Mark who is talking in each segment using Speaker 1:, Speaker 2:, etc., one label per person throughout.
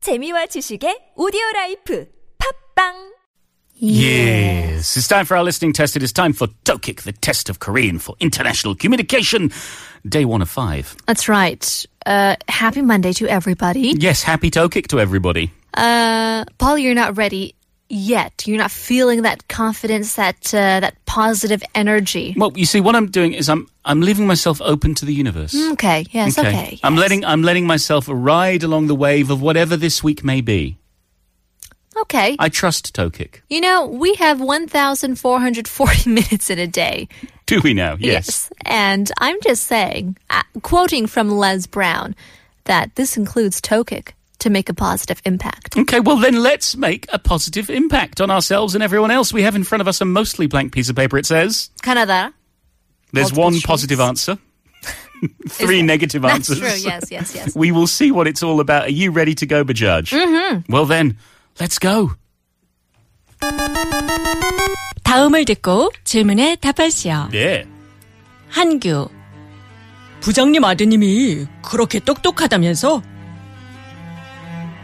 Speaker 1: 재미와 지식의 오디오 라이프 팝빵
Speaker 2: Yes. It's time for our listening test. It is time for Tokik, the test of Korean for international communication, day one of five.
Speaker 3: That's right. Uh, happy Monday to everybody.
Speaker 2: Yes, happy Tokik to everybody.
Speaker 3: Uh, Paul, you're not ready yet. You're not feeling that confidence, that uh, that positive energy.
Speaker 2: Well, you see, what I'm doing is I'm I'm leaving myself open to the universe.
Speaker 3: Okay. Mm, Yes. Okay. yes.
Speaker 2: I'm letting I'm letting myself ride along the wave of whatever this week may be.
Speaker 3: Okay.
Speaker 2: I trust Tokik.
Speaker 3: you know, we have 1,440 minutes in a day.
Speaker 2: Do we now? Yes.
Speaker 3: And I'm just saying, uh, quoting from Les Brown, that this includes Tokik to make a positive impact.
Speaker 2: Okay, well then let's make a positive impact on ourselves and everyone else. We have in front of us a mostly blank piece of paper. It says
Speaker 3: Canada.
Speaker 2: there's
Speaker 3: Multiple
Speaker 2: one
Speaker 3: choice.
Speaker 2: positive answer, three negative
Speaker 3: That's
Speaker 2: answers.
Speaker 3: true. Yes, yes, yes.
Speaker 2: We will see what it's all about. Are you ready to go, Bajaj? Mm-hmm. Well, then, let's go.
Speaker 4: 다음을 듣고 질문에 답하시오.
Speaker 2: Yeah.
Speaker 4: 한규. 부장님 아드님이 그렇게 똑똑하다면서?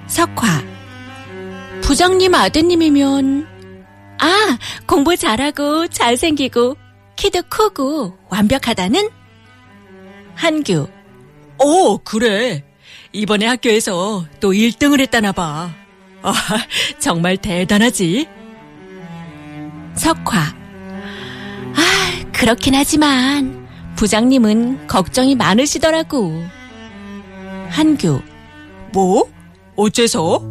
Speaker 4: 석화. 부장님 아드님이면, 아, 공부 잘하고 잘생기고, 키도 크고, 완벽하다는? 한규. 오, 그래. 이번에 학교에서 또 1등을 했다나 봐. 아, 정말 대단하지. 석화. 아, 그렇긴 하지만 부장님은 걱정이 많으시더라고. 한규. 뭐? 어째서?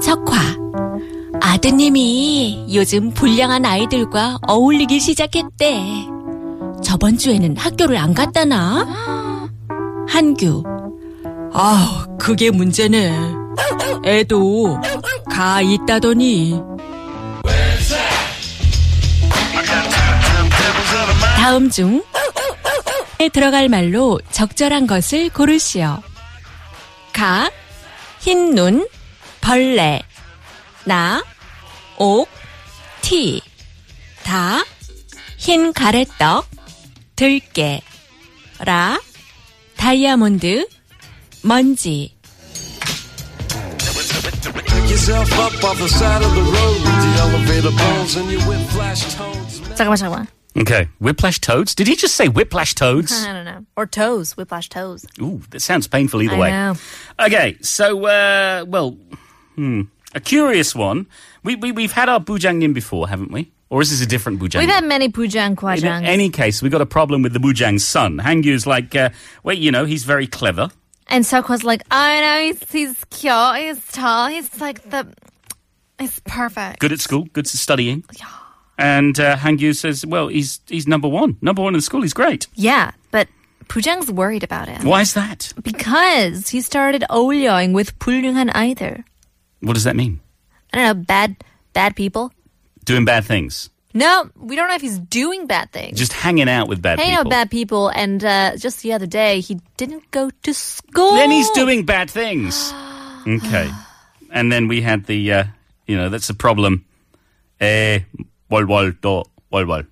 Speaker 4: 석화. 아드님이 요즘 불량한 아이들과 어울리기 시작했대. 저번 주에는 학교를 안 갔다나? 한규. 아, 그게 문제네. 애도 가 있다더니 다음 중에 들어갈 말로 적절한 것을 고르시오. 가, 흰 눈, 벌레, 나, 옥, 티, 다, 흰 가래떡, 들깨, 라, 다이아몬드, 먼지.
Speaker 5: yourself up off the side of the road with the elevator bones and your whiplash tones.
Speaker 3: 잠깐만 잠깐만.
Speaker 2: Okay. Whiplash toads? Did he just say whiplash toads?
Speaker 3: I don't know. Or toes, whiplash toes.
Speaker 2: Ooh, that sounds painful either
Speaker 3: I
Speaker 2: way.
Speaker 3: know.
Speaker 2: Okay, so, uh, well, hmm, a curious one. We, we, we've had our Bujangnim before, haven't we? Or is this a different Bujangnim?
Speaker 3: We've had many pujang
Speaker 2: In
Speaker 3: kwajangs.
Speaker 2: any case, we've got a problem with the Bujang's son. Hangyu's like, uh, well, you know, he's very clever.
Speaker 3: And Sokwa's like, I know he's, he's cute, he's tall, he's like the, he's perfect.
Speaker 2: good at school, good at studying. And uh, Hangyu says, well, he's he's number one, number one in school. He's great.
Speaker 3: Yeah, but Pujang's worried about him
Speaker 2: Why is that?
Speaker 3: because he started olioing with 불륜한 either.
Speaker 2: What does that mean?
Speaker 3: I don't know, bad, bad people.
Speaker 2: Doing bad things,
Speaker 3: No, we don't know if he's doing bad things.
Speaker 2: just hanging out with bad
Speaker 3: Hey,
Speaker 2: people.
Speaker 3: no bad people. And uh, just the other day, he didn't go to school.
Speaker 2: Then he's doing bad things. okay. And then we had the, uh, you know, that's the problem. Eh, 월월 또 월월.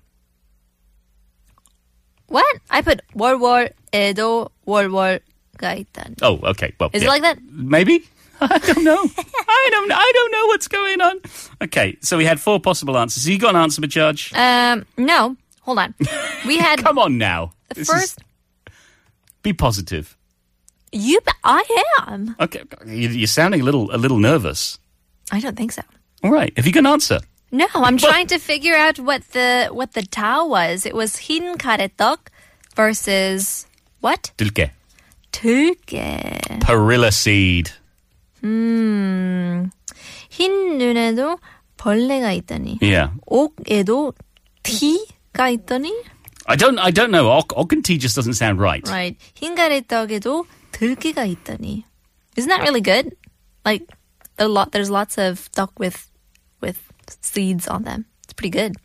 Speaker 3: what? I put 월월 에도 월월 가있단.
Speaker 2: Oh, okay. Well,
Speaker 3: Is
Speaker 2: yeah.
Speaker 3: it like that?
Speaker 2: Maybe. I don't know. I don't. I don't know what's going on. Okay, so we had four possible answers. You got an answer, but judge?
Speaker 3: Um, no. Hold on. We had
Speaker 2: Come on now.
Speaker 3: the
Speaker 2: This is-
Speaker 3: first.
Speaker 2: be positive.
Speaker 3: You, I am.
Speaker 2: Okay, you- you're sounding a little a little nervous.
Speaker 3: I don't think so.
Speaker 2: All right, have you got an answer?
Speaker 3: No, I'm trying to figure out what the what the Tao was. It was Hin Karetok versus what?
Speaker 2: Dulke.
Speaker 3: 들깨.
Speaker 2: Perilla seed.
Speaker 3: 흰 눈에도 벌레가 있더니
Speaker 2: Yeah,
Speaker 3: 옥에도 티가 있더니
Speaker 2: I don't I don't know. Oc- Oc and tea just doesn't sound right.
Speaker 3: right. 흰 가래떡에도 들깨가 있더니. Isn't that really good? Like a lot there's lots of duck with with seeds on them. It's pretty good.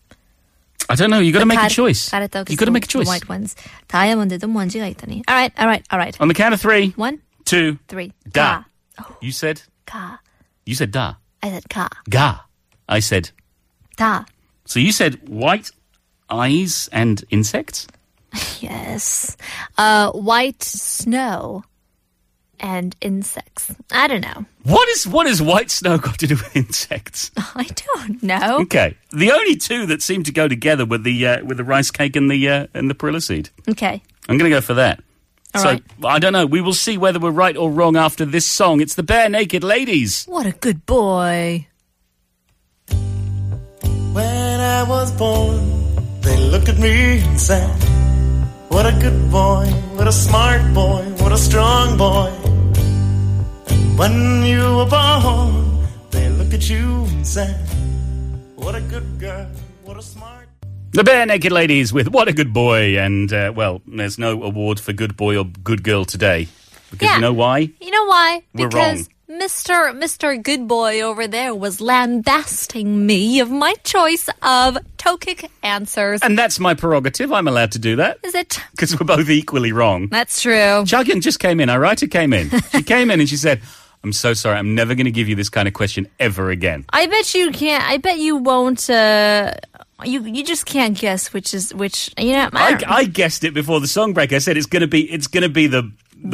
Speaker 2: I don't know. You got to make a
Speaker 3: 가래-
Speaker 2: choice. You
Speaker 3: 가래떡 is
Speaker 2: got to
Speaker 3: the-
Speaker 2: make a
Speaker 3: the
Speaker 2: choice.
Speaker 3: white ones. 다이아몬드도 먼지가 있더니. All right, all right, all right.
Speaker 2: On the count of three,
Speaker 3: One,
Speaker 2: two,
Speaker 3: three.
Speaker 2: da.
Speaker 3: 가.
Speaker 2: You said
Speaker 3: 가.
Speaker 2: you said da
Speaker 3: I said 가.
Speaker 2: ga. I said
Speaker 3: 다.
Speaker 2: so. You said white eyes and insects.
Speaker 3: Yes. Uh, white snow and insects. I don't know.
Speaker 2: What is what is white snow got to do with insects?
Speaker 3: I don't know.
Speaker 2: Okay, the only two that seem to go together were the uh, with the rice cake and the uh, and the perilla seed.
Speaker 3: Okay.
Speaker 2: I'm going to go for that.
Speaker 3: All
Speaker 2: so
Speaker 3: right.
Speaker 2: I don't know. We will see whether we're right or wrong after this song. It's the Bare Naked Ladies.
Speaker 3: What a good boy.
Speaker 6: When I was born, they looked at me and said, What a good boy, what a smart boy, what a strong boy. And when you were born, they looked at you and said, What a good girl, what a smart
Speaker 2: The Bare Naked Ladies with "What a Good Boy" and uh, well, there's no award for good boy or good girl today because
Speaker 3: Yeah.
Speaker 2: you know why?
Speaker 3: You know why?
Speaker 2: We're
Speaker 3: because Mr. Mr. Good Boy over there was lambasting me of my choice of toe kick answers.
Speaker 2: And that's my prerogative. I'm allowed to do that
Speaker 3: Is it?
Speaker 2: because we're both equally wrong.
Speaker 3: That's true.
Speaker 2: Chuggin just came in. Our writer came in. She came in and she said, "I'm so sorry. I'm never going to give you this kind of question ever again."
Speaker 3: I bet you can't. I bet you won't. Uh, you you just can't guess which is which. You know. I
Speaker 2: I,
Speaker 3: don't-
Speaker 2: I guessed it before the song break. I said it's going to be it's going to be the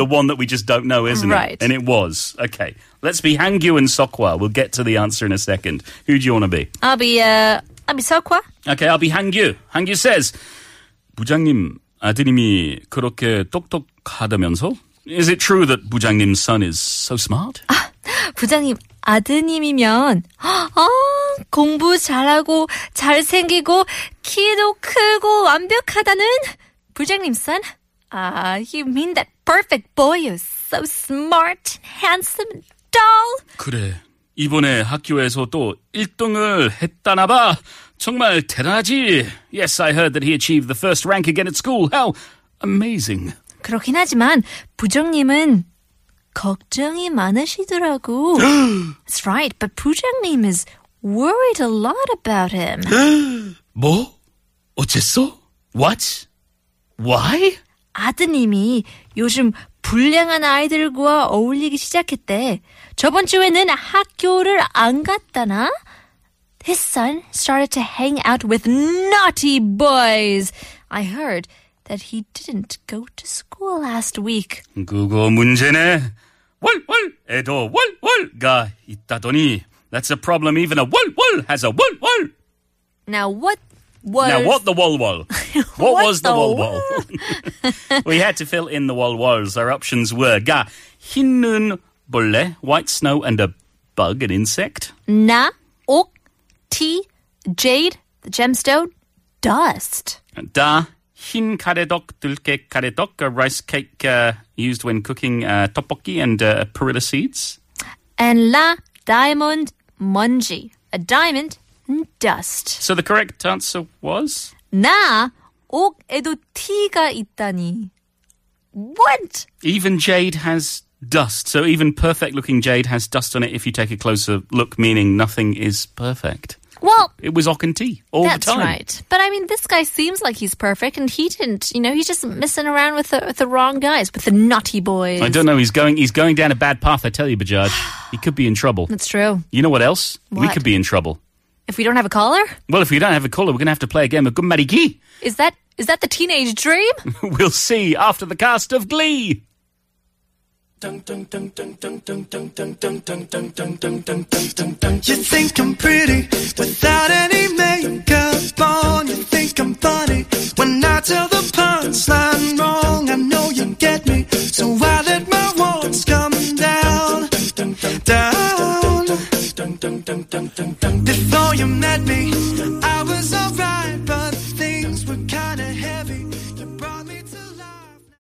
Speaker 2: the one that we just don't know, isn't
Speaker 3: Right.
Speaker 2: it? And it was. Okay. Let's be Hangyu and Sokwa. We'll get to the answer in a second. Who do you want to be?
Speaker 3: I'll be. Uh, I'll be Sokwa.
Speaker 2: Okay, I'll be Hangyu. Hangyu says, 부장님 아드님이 그렇게 똑똑하다면서? Is it true that 부장님's son is so smart?
Speaker 3: 부장님 아드님이면 아, 공부 잘하고 잘생기고 키도 크고 완벽하다는 부장님 son. Ah, you mean that perfect boy is so smart, handsome, and dull?
Speaker 2: 그래. 이번에 학교에서 또 1등을 했다나 봐. 정말 대단하지. Yes, I heard that he achieved the first rank again at school. How amazing.
Speaker 3: 그렇긴 하지만 부장님은 걱정이 많으시더라고. That's right, but 부장님 is worried a lot about him.
Speaker 2: 뭐? 어째서? What? Why?
Speaker 3: 아드님이 요즘 불량한 아이들과 어울리기 시작했대. 저번 주에는 학교를 안 갔다나? His son started to hang out with naughty boys. I heard that he didn't go to school last week.
Speaker 2: 그거 문제네. 월월 에도 월월가 있다더니 That's a problem even a 월월 has a 월월.
Speaker 3: Now what was
Speaker 2: Now what the wall wall? What,
Speaker 3: What
Speaker 2: was the,
Speaker 3: the
Speaker 2: wall wall? we had to fill in the wall walls. Our options were ga hinnun bolle, white snow and a bug, an insect.
Speaker 3: Na, ok, tea, jade, the gemstone, dust.
Speaker 2: Da hin karedok dulke karedok, a rice cake uh, used when cooking uh, tteokbokki and uh, perilla seeds.
Speaker 3: And la, diamond, munji, a diamond, and dust.
Speaker 2: So the correct answer was
Speaker 3: Na, ok에도 t가 있다니. What?
Speaker 2: even jade has dust. So even perfect looking jade has dust on it if you take a closer look, meaning nothing is perfect.
Speaker 3: Well,
Speaker 2: It was och and tea all
Speaker 3: that's
Speaker 2: the time.
Speaker 3: right. But I mean, this guy seems like he's perfect, and he didn't. You know, he's just messing around with the, with the wrong guys, with the naughty boys.
Speaker 2: I don't know. He's going. He's going down a bad path. I tell you, Bajaj. he could be in trouble.
Speaker 3: That's true.
Speaker 2: You know what else? We
Speaker 3: What?
Speaker 2: could be in trouble.
Speaker 3: If we don't have a collar,
Speaker 2: Well, if we don't have a caller, we're going to have to play a game of Gummari Gee.
Speaker 3: is that is that the teenage dream?
Speaker 2: We'll see after the cast of Glee.
Speaker 7: You think I'm pretty without any makeup on. You think I'm funny when I tell the punchline wrong. I know you get me, so I let my walls come down, down. Before you met me,